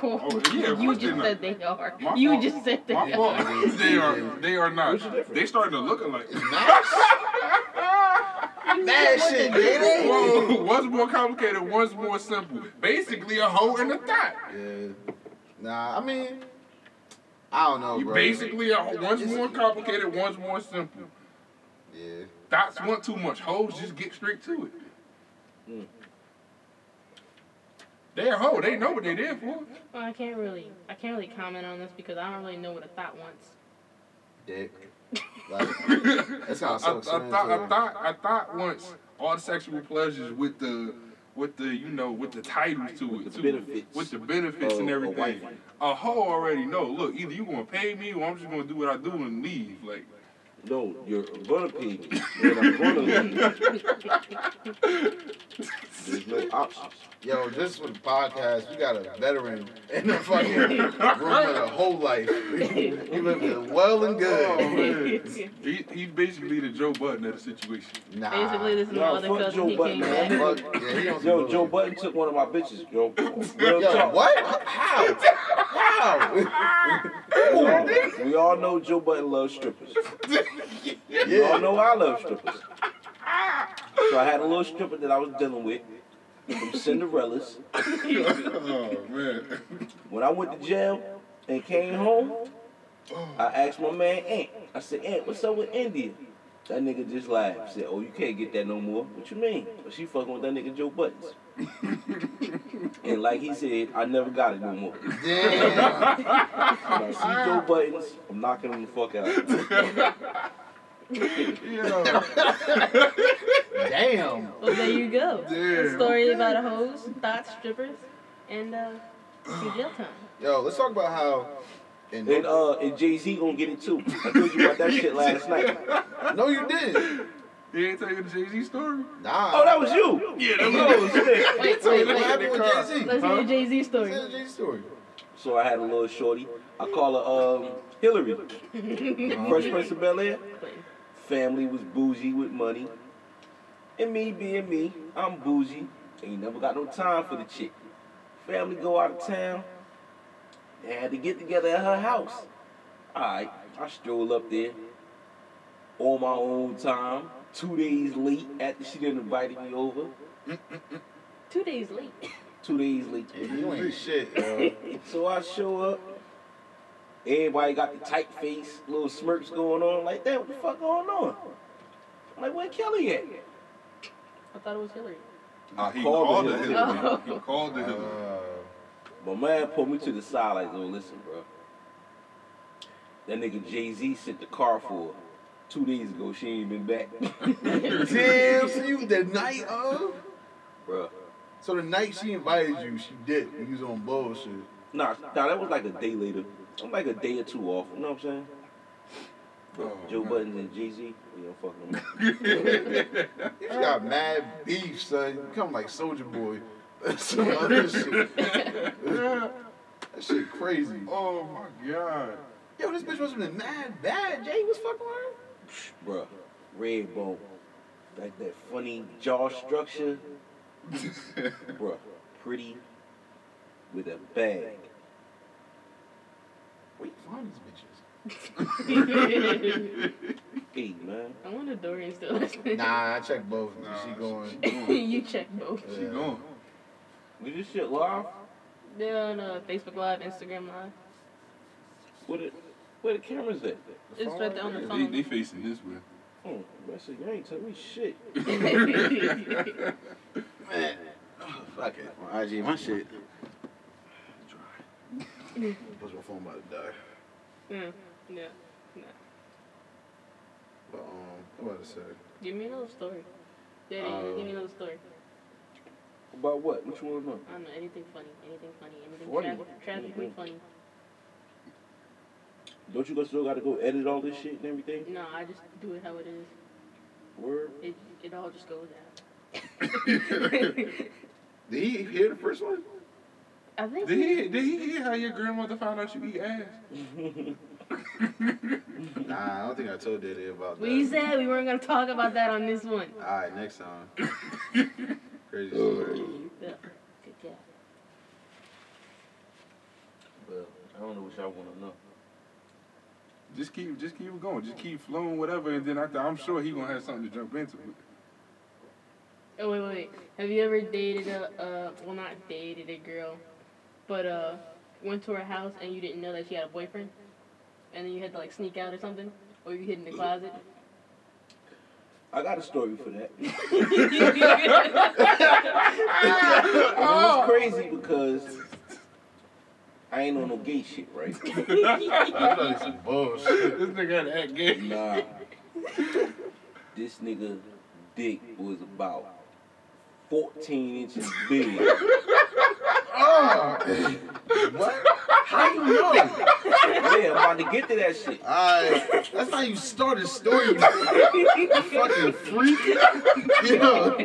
S2: yeah, of
S1: you
S2: course
S1: just
S2: they're
S1: said
S2: not.
S1: they are.
S2: My
S1: you
S2: fault.
S1: just said they
S2: My
S1: are.
S2: fault. they are. They are not. They starting to look alike.
S3: That shit, baby.
S2: Whoa, one's more complicated, one's more simple. Basically, a hoe and a thot.
S3: Yeah. Nah, I mean, I don't know,
S2: You
S3: Oh, bro.
S2: basically a hoe. One's more complicated, one's more simple.
S3: Yeah.
S2: Thots want too much. Hoes just get straight to it. They a hoe. They know what they there for.
S1: Well, I can't really, I can't really comment on this because I don't really know what a thought wants.
S3: Dick. Like, that's
S2: I,
S3: how
S2: I,
S3: so
S2: thought, I
S3: experimental.
S2: thought, I thought once all the sexual pleasures with the, with the, you know, with the titles to it,
S7: the
S2: too.
S7: benefits
S2: with the benefits and
S7: of a
S2: everything.
S7: wife.
S2: A hoe already know. Look, either you gonna pay me or I'm just gonna do what I do and leave. Like,
S7: No, you're gonna pee me. And I'm gonna leave. There's no options.
S3: Yo, this was a podcast. We got a veteran in the fucking room for the whole life. he lived it well and
S2: Oh,
S3: good.
S2: man. he, he basically the Joe Button of the situation.
S3: Nah.
S1: Basically, this is my
S7: Nah,
S1: other
S7: fuck
S1: cousin.
S7: Joe
S1: He
S7: Button,
S1: came
S7: man.
S1: back.
S3: Fuck, yeah, he on some
S7: Yo, Joe
S3: bullshit.
S7: Button took one of my bitches, yo. Real
S3: Yo,
S7: talk.
S3: what? How? How?
S7: We all, we all know Joe Button loves strippers. We all
S3: yeah.
S7: know I love strippers. So I had a little stripper that I was dealing with from Cinderella's.
S6: Oh, man.
S7: When I went to jail and came home, I asked my man Ant. I said, Ant, what's up with India? That nigga just laughed. Said, Oh, you can't get that no more. What you mean? Well, she fucking with that nigga Joe Buttons. and like he said, I never got it no more. When
S3: Damn.
S7: I see Joe Buttons, I'm knocking him the fuck out.
S2: Yeah.
S3: Damn.
S1: Well, there you go.
S2: Damn,
S1: A story about a hose, thoughts, strippers, and uh, some jail time.
S3: Yo, let's talk about how. In
S7: And uh and Jay-Z gonna get it too. I told you about that shit last night.
S3: no, you didn't.
S2: he ain't telling the Jay Z story.
S3: Nah.
S7: Oh, that was you.
S2: Yeah, that
S7: Oh shit.
S1: Wait,
S3: Wait,
S1: wait,
S3: what
S1: wait.
S3: happened with Jay Z?
S1: Let's hear the Jay Z story.
S3: What's Jay Z story?
S7: So I had a little shorty. I call her um Hillary. Fresh Prince of Bel Air. Family was bougie with money. And me being me, I'm bougie. Ain't never got no time for the chick. Family go out of town. They had to get together at her house. Alright, I stroll up there. On my own time. Two days late after she didn't invite me over.
S1: Two days late.
S7: Two days late.
S3: You ain't shit, yo.
S7: So I show up. Everybody got the tight face, little smirks going on like that. What the fuck going on? I'm like, where Kelly at?
S1: I thought it was Hillary.
S2: Nah, he
S7: called
S2: called
S7: the
S2: the
S7: Hillary.
S2: Hillary. He called the Hillary.
S3: Uh,
S7: My man pulled me to the side like, yo, listen, bro. That nigga Jay Z sent the car for her. two days ago. She ain't been back,
S3: Damn, so you the night of?
S7: bro.
S3: So the night she invited you, she did. You was on bullshit.
S7: Nah, nah, that was like a day later. I'm like a day or two off. You know what I'm saying? Bro,
S2: Oh,
S7: Joe
S2: man.
S7: Buttons and Jay Z, we don't fuck no more.
S2: Oh.
S3: You got mad beef, son. You become like Soldier Boy. Some other shit. That shit crazy.
S2: Oh my god.
S3: Yo, this bitch must have been mad bad. Jay was fucking with her.
S7: Bruh, red bone. Like that funny jaw structure. Bruh, pretty with a bag.
S3: Where you find these bitches?
S7: Hey, man.
S1: I wonder Dorian's still listening.
S3: Nah, I checked both.
S6: Nah,
S3: she going.
S1: you check both.
S2: She gone.
S7: We this shit live?
S1: They're on uh, Facebook Live, Instagram Live.
S7: Where the, where the cameras at?
S1: It's right there on the
S2: They, they
S1: phone.
S2: facing this way.
S7: Oh, Russell, you ain't tell me shit.
S3: Man, oh, fuck it. My IG, my shit. Plus my phone about to die.
S1: Mm, yeah.
S3: But um, I'm about to say.
S1: Give me another story. Daddy,
S3: Uh,
S1: give me another story.
S7: About what? What you want to know?
S1: I don't know, anything funny. Anything funny. Anything
S7: Funny?
S1: traf- tragically
S7: Mhm.
S1: funny.
S7: Don't you go still gotta go edit all this shit and everything?
S1: No, I just do it how it is.
S7: Word?
S1: It, it all just goes out.
S3: Did he hear the first one?
S1: I think
S2: Did he, did he hear how your grandmother found out you eat ass?
S3: Nah, I don't think I told Diddy about that.
S1: we said we weren't gonna talk about that on this one.
S3: All right, next time. Crazy story.
S1: Yeah. Good guy.
S7: Well, I don't know what y'all want to know.
S2: Just keep, just keep it going. Just keep flowing, whatever. And then after, I'm sure he gonna have something to jump into.
S1: Oh wait, wait, wait. Have you ever dated a uh well not dated a girl, but uh went to her house and you didn't know that she had a boyfriend? And then you had to like sneak out or something? Or you hid in the closet?
S7: I got a story for that. And it was crazy because I ain't on no gay shit, right?
S3: I thought it was bullshit.
S2: this nigga had to act gay.
S7: Nah. this nigga dick was about 14 inches big.
S3: Oh! What? How you know?
S7: Yeah, I'm about to get to that shit.
S3: I, that's how you start a story, you fucking freak. Yo.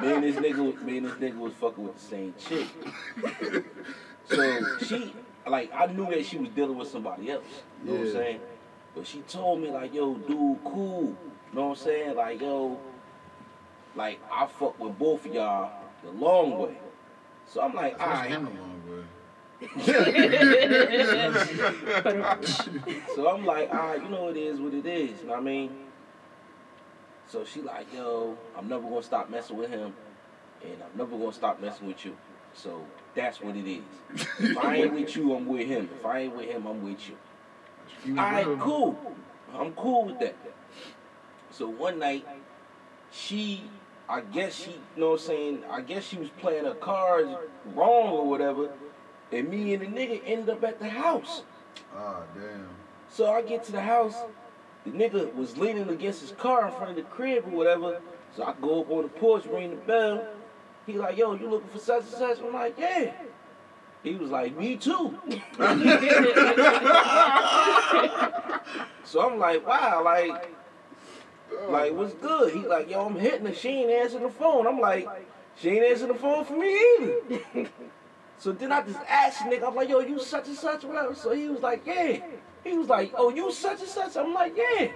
S7: Me and this nigga, was- me and this nigga was fucking with the same chick. So she, like, I knew that she was dealing with somebody else. You know what I'm
S3: Yeah.
S7: saying? But she told me like, yo, dude, cool. You know what I'm saying? Like, yo, like I fuck with both of y'all the long way. So I'm like, all
S6: I
S7: right.
S6: am a long
S7: So I'm like, ah, you know it is what it is. You know what I mean? So she like, yo, I'm never gonna stop messing with him, and I'm never gonna stop messing with you. So that's what it is. If I ain't with you, I'm with him. If I ain't with him, I'm with you.
S6: You
S7: All right,
S6: real.
S7: cool. I'm cool with that. So one night, she, I guess she, you know what I'm saying? I guess she was playing her cards wrong or whatever, and me and the nigga ended up at the house.
S6: Ah, damn.
S7: So I get to the house, the nigga was leaning against his car in front of the crib or whatever. So I go up on the porch, ring the bell. He like, yo, you looking for such and such? I'm like, yeah. He was like, me too. so I'm like, wow, like, like what's good? He like, yo, I'm hitting her. She ain't answering the phone. I'm like, she ain't answering the phone for me either. so then I just asked the nigga, I'm like, yo, you such and such, whatever. So he was like, yeah. He was like, oh, you such and such? I'm like, yeah.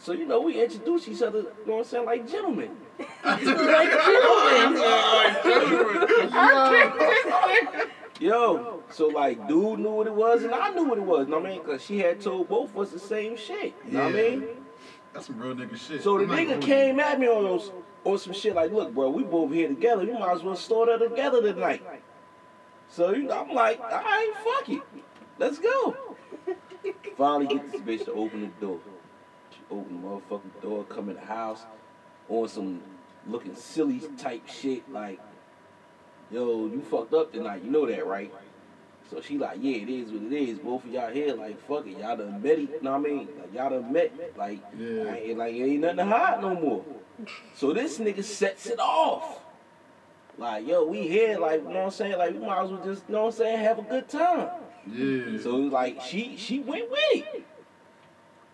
S7: So, you know, we introduced each other, you know what I'm saying, like gentlemen. Yo, so like, dude knew what it was, and I knew what it was. Know what I mean, cause she had told both of us the same shit. Know what I
S6: Yeah.
S7: mean?
S6: That's some real nigga shit.
S7: So the
S6: I'm not
S7: nigga
S6: gonna-
S7: came at me on those, on some shit like, look, bro, we both here together. You might as well start her together tonight. So you know, I'm like, all right, fuck it, let's go. Finally, get this bitch to open the door. She opened the motherfucking door, come in the house, on some looking silly type shit like, yo, you fucked up tonight. You know that, right? So she like, yeah, it is what it is. Both of y'all here, like, fuck it, y'all done met. You know what I mean? Like, y'all done met. Like,
S6: Yeah.
S7: I ain't, like, ain't nothing to hide no more. So this nigga sets it off. Like, yo, we here, like, you know what I'm saying? Like, we might as well just, you know what I'm saying, have a good time.
S6: Yeah.
S7: So like, she she went with it.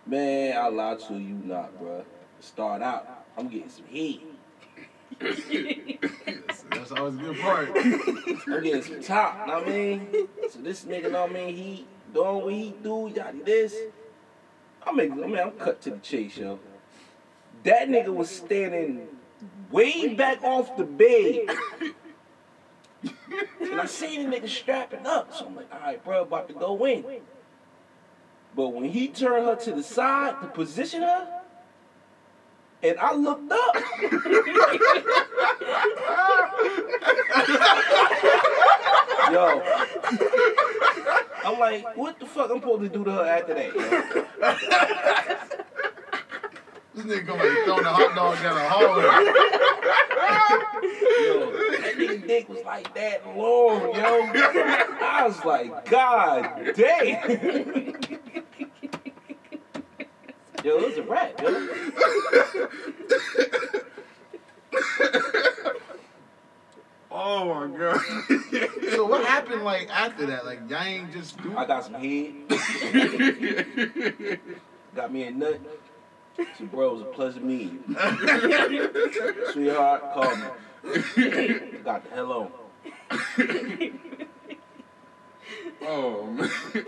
S7: Man, I lied to you not, bruh. Start out, I'm getting some heat.
S6: That's always a good part.
S7: I'm getting some top, know what I mean? So this nigga, know what I mean, he doing what he do, yada this. I'm ex- I mean, I'm cut to the chase, yo. That nigga was standing way back off the bed. and I seen the nigga strapping up. So I'm like, all right, bro, about to go in. But when he turned her to the side to position her, and I looked up. Yo. I'm like, what the fuck I'm supposed to do to her after that? yo?
S6: This nigga gonna be throwing the hot dog down the hallway.
S7: Yo, that nigga dick was like that long, yo. I was like, God damn. yo, it was a rat, yo.
S6: Oh my god. so what happened like after that? Like y'all ain't just do
S7: I got some head. got me a nut. So, bro, it was a pleasure meeting you. Sweetheart, call me. got the hell on.
S2: Oh man.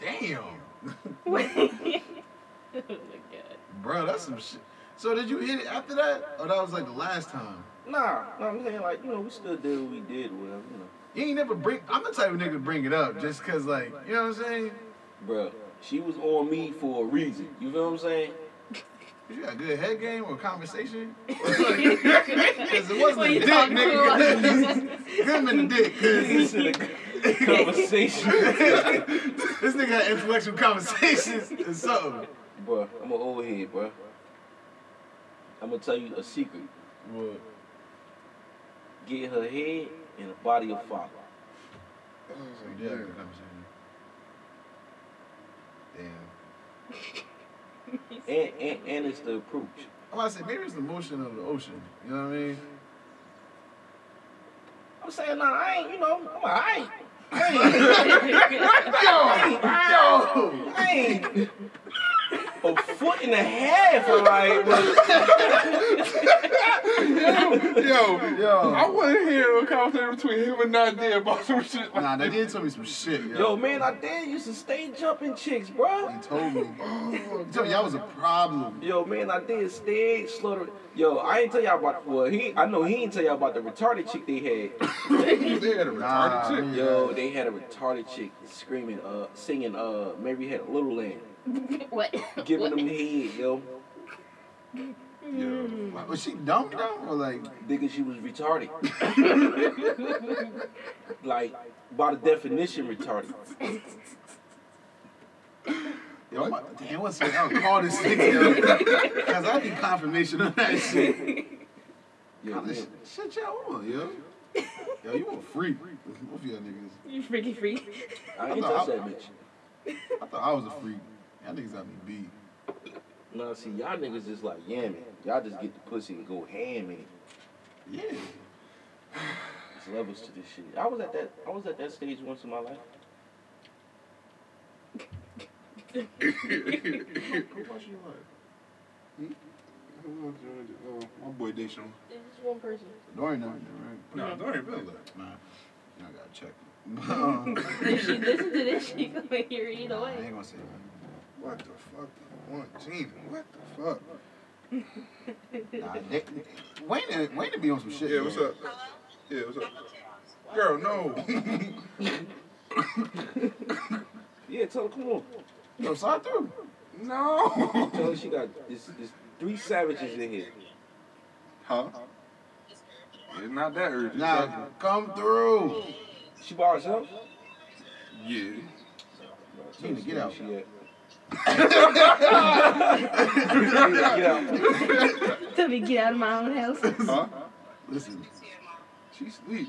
S6: Damn.
S1: Oh my god.
S6: Bro, that's some shit. So did you hit it after that? Or that was like the last time?
S7: Nah, nah, I'm saying like, you know, we still did what we did, whatever, you know.
S6: You ain't never bring I'm the type of nigga to bring it up just cause like, you know what I'm saying?
S7: Bruh, she was on me for a reason. You feel what I'm saying?
S6: You got a good head game or conversation? 'Cause it wasn't a dick,
S1: talking
S6: nigga. Them in the dick. 'cause
S7: This is a conversation.
S6: This nigga had intellectual conversations or something.
S7: Bruh, I'm an old head, bruh. I'm gonna tell you a secret.
S6: What?
S7: Get her head in a body of fire.
S6: So you did have a good conversation. Damn.
S7: And, and, and it's the approach.
S6: I'm about to say maybe it's the motion of the ocean. You know what I mean?
S7: I'm saying, nah, I ain't, you know, I'm all right.
S3: Yo, yo.
S7: I ain't a foot and a half, all right? But
S2: Yo, I
S3: Yo.
S2: want to hear a conversation between him and Nadia about some shit. Like,
S3: Nah, they did tell me some shit, yo.
S7: yo, man, I did used to stay jumping chicks, bruh.
S3: They told me. They told me y'all was a problem.
S7: Yo, man, I did stay slaughter. Yo, I ain't tell y'all about. Well, he, I know he ain't tell y'all about the retarded chick they had.
S2: they had a retarded
S3: Nah,
S2: chick.
S3: man.
S7: Yo, they had a retarded chick screaming, uh, singing, uh, maybe had a little land,
S8: What?
S7: giving
S8: what?
S7: them head, yo.
S3: Yo. Was she dumb though? Or like,
S7: Nigga, she was retarded. like, by the definition, retarded.
S3: yo, I'm about- damn, what's that? I'll call this nigga, yo. Cause I need confirmation of that shit.
S7: Yo,
S3: Call this
S7: man,
S3: shit. Shut y'all on, yo. Yo, you a freak. Both of y'all niggas.
S1: You freaky freak.
S7: I ain't touch that bitch.
S3: I thought I was a freak. Y'all niggas got me beat.
S7: Nah, see, y'all niggas just like yamming. Y'all just get the pussy and go ham in it.
S3: Yeah.
S7: It's levels to this shit. I was at that. I was at that stage once in my life.
S3: Go watch your life.
S2: Oh, My boy Deshaun.
S8: There's just one person.
S3: Don't ain't nothing, right?
S2: No, don't even feel
S3: Nah. Y'all gotta check. Um,
S8: If she listens to this, she gonna hear it either
S3: nah, I ain't
S8: way.
S3: gonna say that.
S2: What the fuck do you want, Gina? What the fuck?
S3: Nah, Nick, Wayne, Wayne to be on some shit.
S2: Yeah, what's
S3: yo.
S2: up? Yeah, what's up? Girl, no.
S7: Yeah, tell her come on.
S3: Yo, slide through.
S2: no.
S7: Tell her she got this. This three savages in here.
S2: Huh? It's not that urgent.
S3: Nah, come through.
S7: She by herself.
S2: Yeah.
S3: Gina, get out.
S7: She at. Gina, get out.
S1: Tell me get out of my own house.
S2: Huh?
S3: Listen,
S2: She sleep.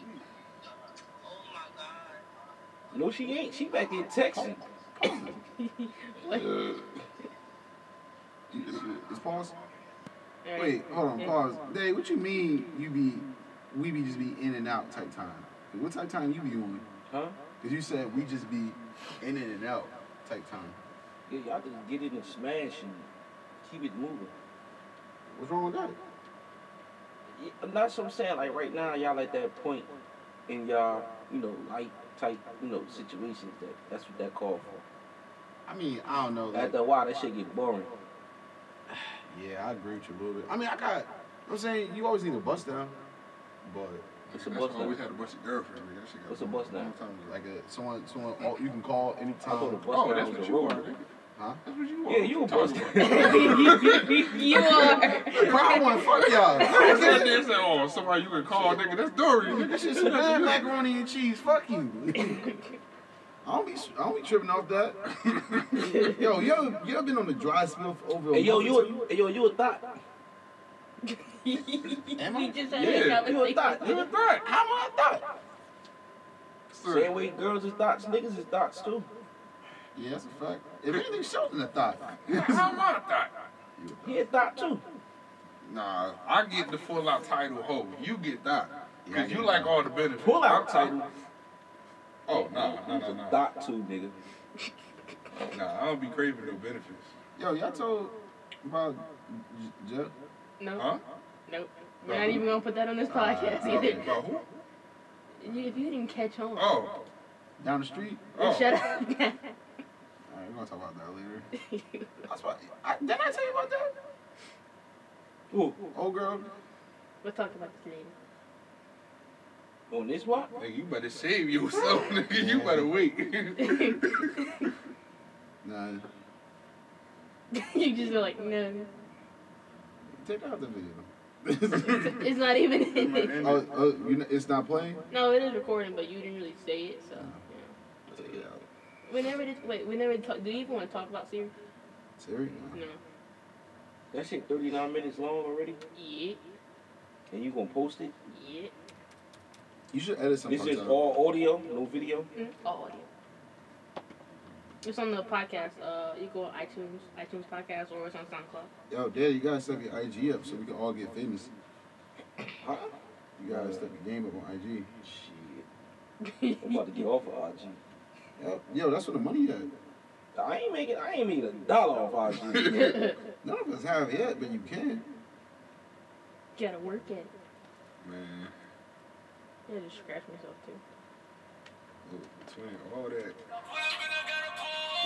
S7: No, she ain't. She back in Texas.
S3: you- it's pause.
S1: Alright.
S3: Wait, hold on, pause. Dave, what you mean you be, we be just be in and out type time? What type time you be on?
S7: Huh?
S3: Cause you said we just be in and out type time.
S7: Yeah, y'all just get it and smash and keep it moving.
S3: What's wrong with that?
S7: Yeah, and that's what I'm saying. Like right now, y'all at that point in y'all, you know, light type, you know, situations that that's what that call for.
S3: I mean, I don't know. Like,
S7: After a while, that shit get boring.
S3: yeah, I agree with you a little bit. I mean, I got. I'm saying you always need a bust down, but.
S7: It's a
S2: That's
S7: bust
S2: why we
S7: down.
S2: had a bunch of girlfriends. man. That shit got
S7: What's a
S2: boring.
S7: bust down?
S3: Like a, someone, someone all, you can call
S7: I thought a
S3: anytime.
S7: bust
S2: Oh,
S7: down
S2: that's
S7: was
S2: what
S7: a
S2: you are.
S7: road.
S2: nigga.
S3: Huh?
S2: That's what you are.
S7: Yeah, you a bust down.
S1: you are.
S3: Bro, I want to fuck y'all.
S2: I said this and oh, somebody you can call, nigga. That's Dory. Nigga,
S3: This
S2: shit.
S3: shit's some good macaroni and cheese. Fuck you. I don't be, I don't be tripping off that. yo, yo, you ever been on the dry spell for over a
S7: Hey, yo,
S3: month
S7: you
S3: or
S7: a, hey, yo, you a thought.
S3: Am
S8: we
S3: I?
S8: just had
S2: Yeah,
S8: that
S7: You a
S8: conversation.
S7: thought. You a thought. I'm a thought.
S2: Sir.
S7: Same way girls is thoughts, niggas is thoughts too.
S3: two? Yeah, that's a fact. If anything, shorter than a thought.
S2: How am I a thought?
S7: He a thought too.
S2: Nah, I get the full out title hoe. You get that.
S3: Yeah, I
S2: Cause
S3: get
S2: you
S3: it.
S2: like all the benefits.
S7: Pull out
S2: I'm tight.
S7: title.
S2: Oh, nah, nah,
S7: He's
S2: nah,
S7: a
S2: nah.
S7: thought too, nigga.
S2: Nah, I don't be craving no benefits.
S3: Yo, y'all told about J- J-
S1: No,
S2: Huh?
S1: nope. We're not even gonna put that on this podcast either.
S2: About who?
S1: You- If you didn't catch on,
S2: Oh.
S3: down the street.
S2: Oh.
S1: shut up.
S3: All right, we're gonna talk about that later. That's why. I, did I tell you about that?
S7: Who?
S3: Old girl.
S1: we'll talk about this later.
S7: On this one?
S2: Nigga, you better save yourself, nigga. You better wait.
S3: Nah,
S1: you just were like, no,
S3: take out the video.
S1: it's not even in it.
S3: oh, oh, you know, it's not playing.
S1: No, it is recording, but you didn't really say it, so. Yeah.
S3: Take it out.
S1: Whenever this, wait, whenever talk, do you even want to talk about Siri?
S3: Siri.
S1: No.
S7: That shit 39 minutes long already,
S1: Yeah,
S7: and you gonna post it?
S1: yeah.
S3: You should edit some.
S7: This is
S3: parts out.
S7: all audio, no video.
S1: Mm, all audio. It's on the podcast. Uh, you go on iTunes, iTunes podcast, or it's on SoundCloud.
S3: Yo, Daddy, you gotta set your IG up so we can all get famous.
S7: Huh?
S3: You gotta step your game up on IG.
S7: Shit. I'm about to get off of IG.
S3: Yep. Yo, that's where the money at.
S7: I ain't making I ain't making a dollar off IG.
S3: None of us have yet, but you can.
S1: Gotta work it.
S3: Man,
S1: I just scratch myself too.
S3: look, between all that.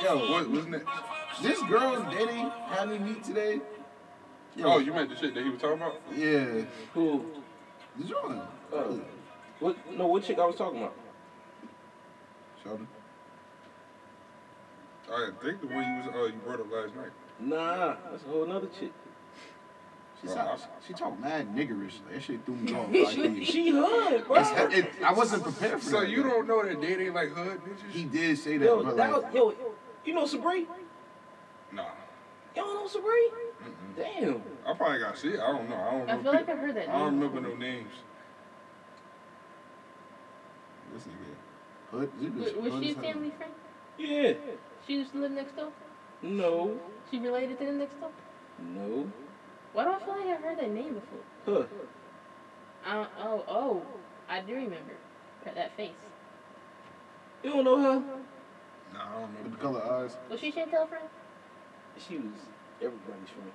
S3: Yo, what wasn't it? This girl's daddy had me meet today. Yo,
S2: Oh, you meant the shit that he was talking about?
S3: yeah.
S7: Who?
S3: This one.
S7: Uh, what? No, what chick I was talking about?
S3: Sheldon.
S2: I think the one you was uh, you brought up last night.
S7: Nah, that's a whole nother chick.
S3: She,
S2: Bro,
S3: sound,
S2: I-
S3: she talk mad niggerish. Like, that shit threw me off. Like, it's-
S7: She hood, bro.
S3: it, I wasn't prepared for
S2: So
S3: that.
S2: you don't know that they ain't like hood
S3: He
S2: bitches?
S3: did say that,
S7: Yo,
S3: but
S7: that was,
S3: like,
S7: yo, you know Sabree?
S2: Nah.
S7: Y'all know Sabree? Damn.
S2: I probably got shit. I don't know. I don't know.
S1: I feel like
S2: people.
S1: I've heard that
S2: I don't
S1: name.
S2: remember no names.
S3: this nigga. Hood, this
S9: Was,
S3: bitch
S9: was
S3: hood
S9: she a
S3: as hell.
S9: family friend?
S7: Yeah.
S9: She used to live next door?
S7: No.
S9: She related to the next door?
S7: No.
S1: Why do I feel like I've heard that name before?
S7: Huh.
S1: Uh, oh, oh, I do remember that face.
S7: You don't know her?
S2: Nah, I don't
S3: With the
S2: remember.
S3: color eyes.
S9: Was she Chantel friend?
S7: She was everybody's friend.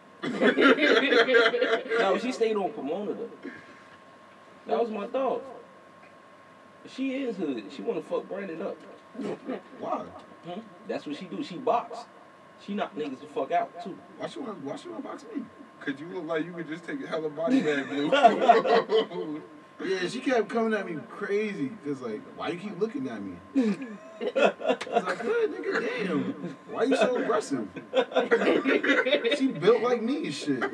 S9: Chantel
S7: No, she stayed on Pomona though. That was my dog. She is hood. She wanna fuck Brandon up.
S3: Why?
S7: Hmm? That's what she do. She box. She knock niggas the fuck out too.
S3: Why she want? Why she want to box me?
S2: Cause you look like you could just take a hella body bag, dude.
S3: Yeah, she kept coming at me crazy. Cause like, why you keep looking at me? I was like, good nigga, damn. Why you so aggressive? she built like me and shit.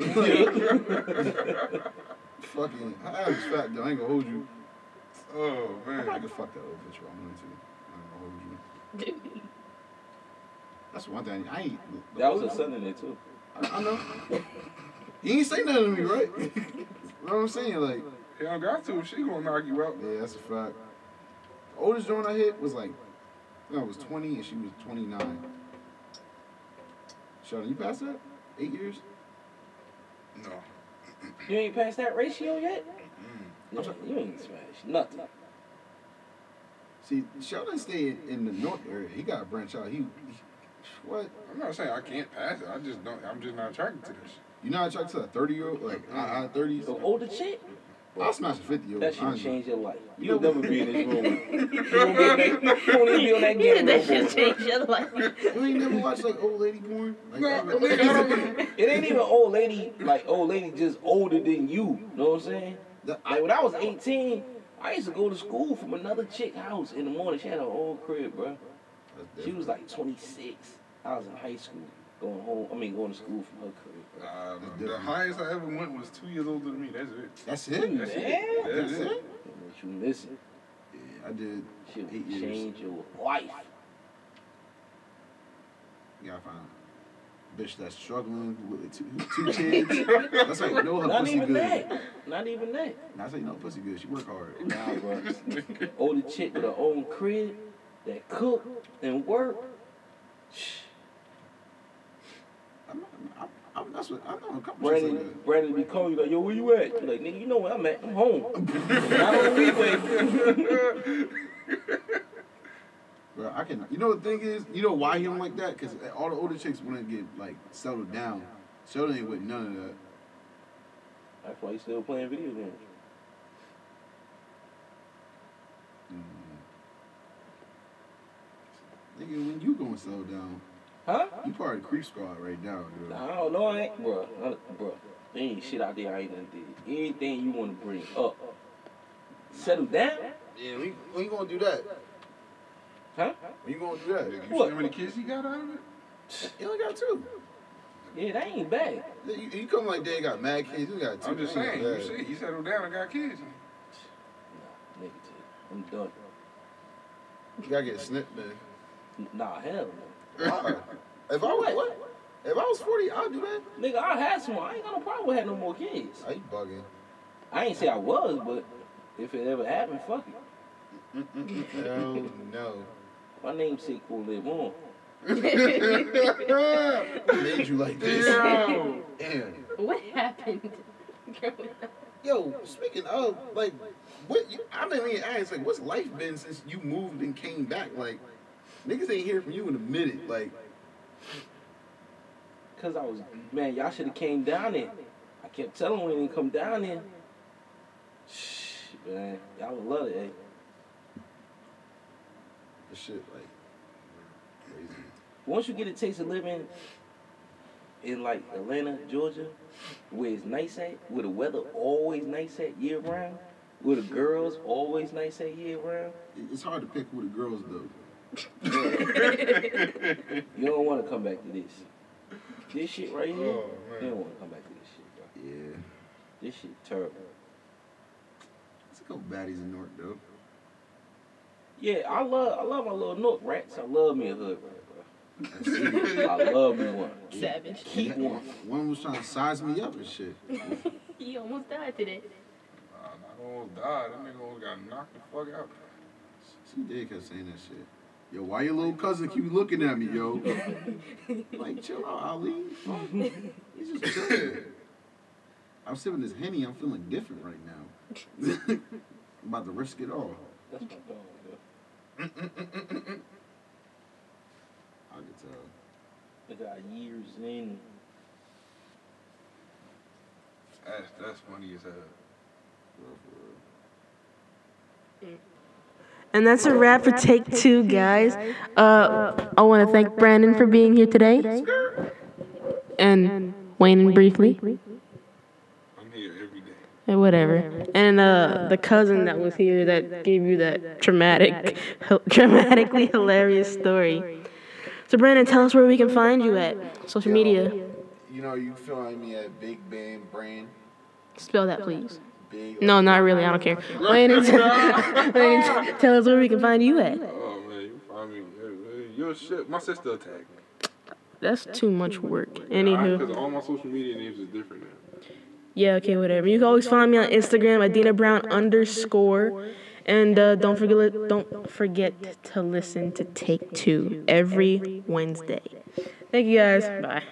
S3: Fucking, I was fat though. I ain't gonna hold you.
S2: oh
S3: I
S2: man.
S3: could fuck that old bitch if I wanted to. I ain't gonna hold you. That's one thing. I ain't.
S7: That was her son in there too.
S3: I, I know. He ain't say nothing to me, right? you know what I'm saying? Like,
S2: He don't got to. She gonna knock you out.
S3: yeah, that's a fact. The oldest joint I hit was like, I, think I was 20 and she was 29. Sheldon, you passed that? Eight years?
S2: No.
S7: You ain't passed that ratio yet? No, you ain't smashed nothing.
S3: See, Sheldon stayed in the north area. He got a branch out. He, he- what?
S2: I'm not saying I can't pass it. I just don't. I'm just not attracted to this.
S3: You know, I tried to a 30 year old, like, uh, I, I 30s.
S7: The older chick?
S3: I'll smash a 50 year old.
S7: That shit changed your life.
S3: You
S7: You'll
S3: know-
S7: never be in this room. You won't be on that, you won't even be
S1: Neither
S7: on that game
S1: that
S7: no
S1: shit
S7: more.
S1: change your life.
S3: You ain't never watched, like, old lady porn? Like,
S2: No, nigga, I don't.
S7: It ain't even old lady, like old lady just older than you. Know what I'm saying?
S3: that-
S7: Like when I was 18, I used to go to school from another chick house in the morning. She had her old crib, bro. She was like 26. I was in high school, going home. I mean, going to school from her crib.
S2: Nah, man. the highest I ever went was two years older than me. That's it.
S3: That's it?
S2: That's
S7: Man.
S2: it. That's
S3: That's
S2: it.
S3: it?
S7: What you missing?
S3: Yeah, I did.
S7: Shit
S3: Eight
S7: would
S3: years.
S7: change your life.
S3: You gotta find a bitch that's struggling with two, two kids. that's how you know her
S7: Not
S3: pussy
S7: even
S3: good.
S7: that. Not even that.
S3: That's how you know her pussy good. She work hard.
S7: Nah, bro. Older chick with her own crib that cook and work. Shh.
S3: I'm, I'm, I'm, that's what, I know a couple chicks like
S7: Brandon,
S3: that.
S7: Brandon be calling you like, yo, where you at? You like, nigga, you know where I'm at. I'm home. Not on the freeway.
S3: Bro, I can. You know the thing is, you know why he don't like that? Cause all the older chicks wanna get like settled down. Sheldon ain't with none of that.
S7: That's why you still playing video games.
S3: Nigga, when you gonna settle down?
S7: Huh?
S3: You part of the creep squad right now, dude.
S7: Nah, I don't know, I ain't, bruh. I- Bruh, there ain't shit out there I ain't done did. Anything you want to bring up. Settle down?
S3: Yeah, we, when you gonna do that?
S7: Huh?
S3: When you gonna do that?
S2: You
S7: What?
S2: see how many kids he got out of it?
S3: You only got two.
S7: Yeah, that ain't bad.
S3: You, you come like they got mad kids. You got two.
S2: I'm just
S3: That ain't
S2: saying. You
S3: bad.
S2: see, he settled down and got kids.
S7: Nah, nigga, T, I'm done.
S3: You gotta get snipped, man.
S7: Nah, hell no.
S3: if I was what? If I was forty, I'd do that.
S7: Nigga, I had some. I ain't got no problem with having no more kids.
S3: Are you bugging?
S7: I ain't say I was, but if it ever happened, fuck it.
S3: Hell no.
S7: My namesake will live on.
S3: Who made you like this?
S2: Yo.
S3: Damn.
S1: What happened? Growing up.
S3: yo, speaking of, like, what you, I didn't even ask, like, what's life been since you moved and came back? Like, niggas ain't hear from you in a minute. Like,
S7: Cause I was man, y'all should have came down there. I kept telling we didn't come down there. Shh, man, y'all would love it. Eh?
S3: the shit, like, crazy.
S7: Once you get a taste of living in like Atlanta, Georgia, where it's nice at, where the weather always nice at year round, where the girls always nice at year round,
S3: It- It's hard to pick who the girls, though.
S7: you don't want to come back to this. This shit right here,
S2: Oh, man.
S7: you don't want to come back to this shit, bro.
S3: Yeah.
S7: This shit terrible.
S3: It's a couple baddies in North, though.
S7: Yeah, I love I love my little nook rats. I love me a hood rat, bro. I love me one.
S10: Savage.
S7: Keep one.
S3: One was trying to size me up and shit.
S10: He almost died today.
S2: Nah, I almost died. That nigga almost got knocked the fuck out.
S3: She did kept saying that shit. Yo, why your little cousin keep looking at me, yo? like, chill out, Ali. Fuck. He's just chilling. I'm sipping this Henny. I'm feeling different right now. I'm about to risk it all.
S7: That's my dog, bro.
S3: I could tell.
S7: I got years in.
S2: That's, that's funny as hell.
S10: And that's a wrap for take two, guys. Uh, I want to thank Brandon for being here today, and Wayne briefly,
S2: I'm here every day.
S10: and whatever. And uh, the cousin that was here that gave you that traumatic, dramatically hilarious story. So Brandon, tell us where we can find you at social media.
S11: You know, you can find me at Big Band Brand.
S10: Spell that, please.
S11: Big.
S10: No, not really. I don't care. Landon, Landon, tell us where we can find you at.
S2: Oh man, you find me. everywhere. Your shit. My sister attacked me.
S10: That's too much work.
S2: Because
S10: Anywho.
S2: all my social media names is different now.
S10: Yeah, okay, whatever. You can always find me on Instagram at Dina Brown underscore. And uh, don't forget don't forget to listen to Take Two every Wednesday. Thank you guys. Bye.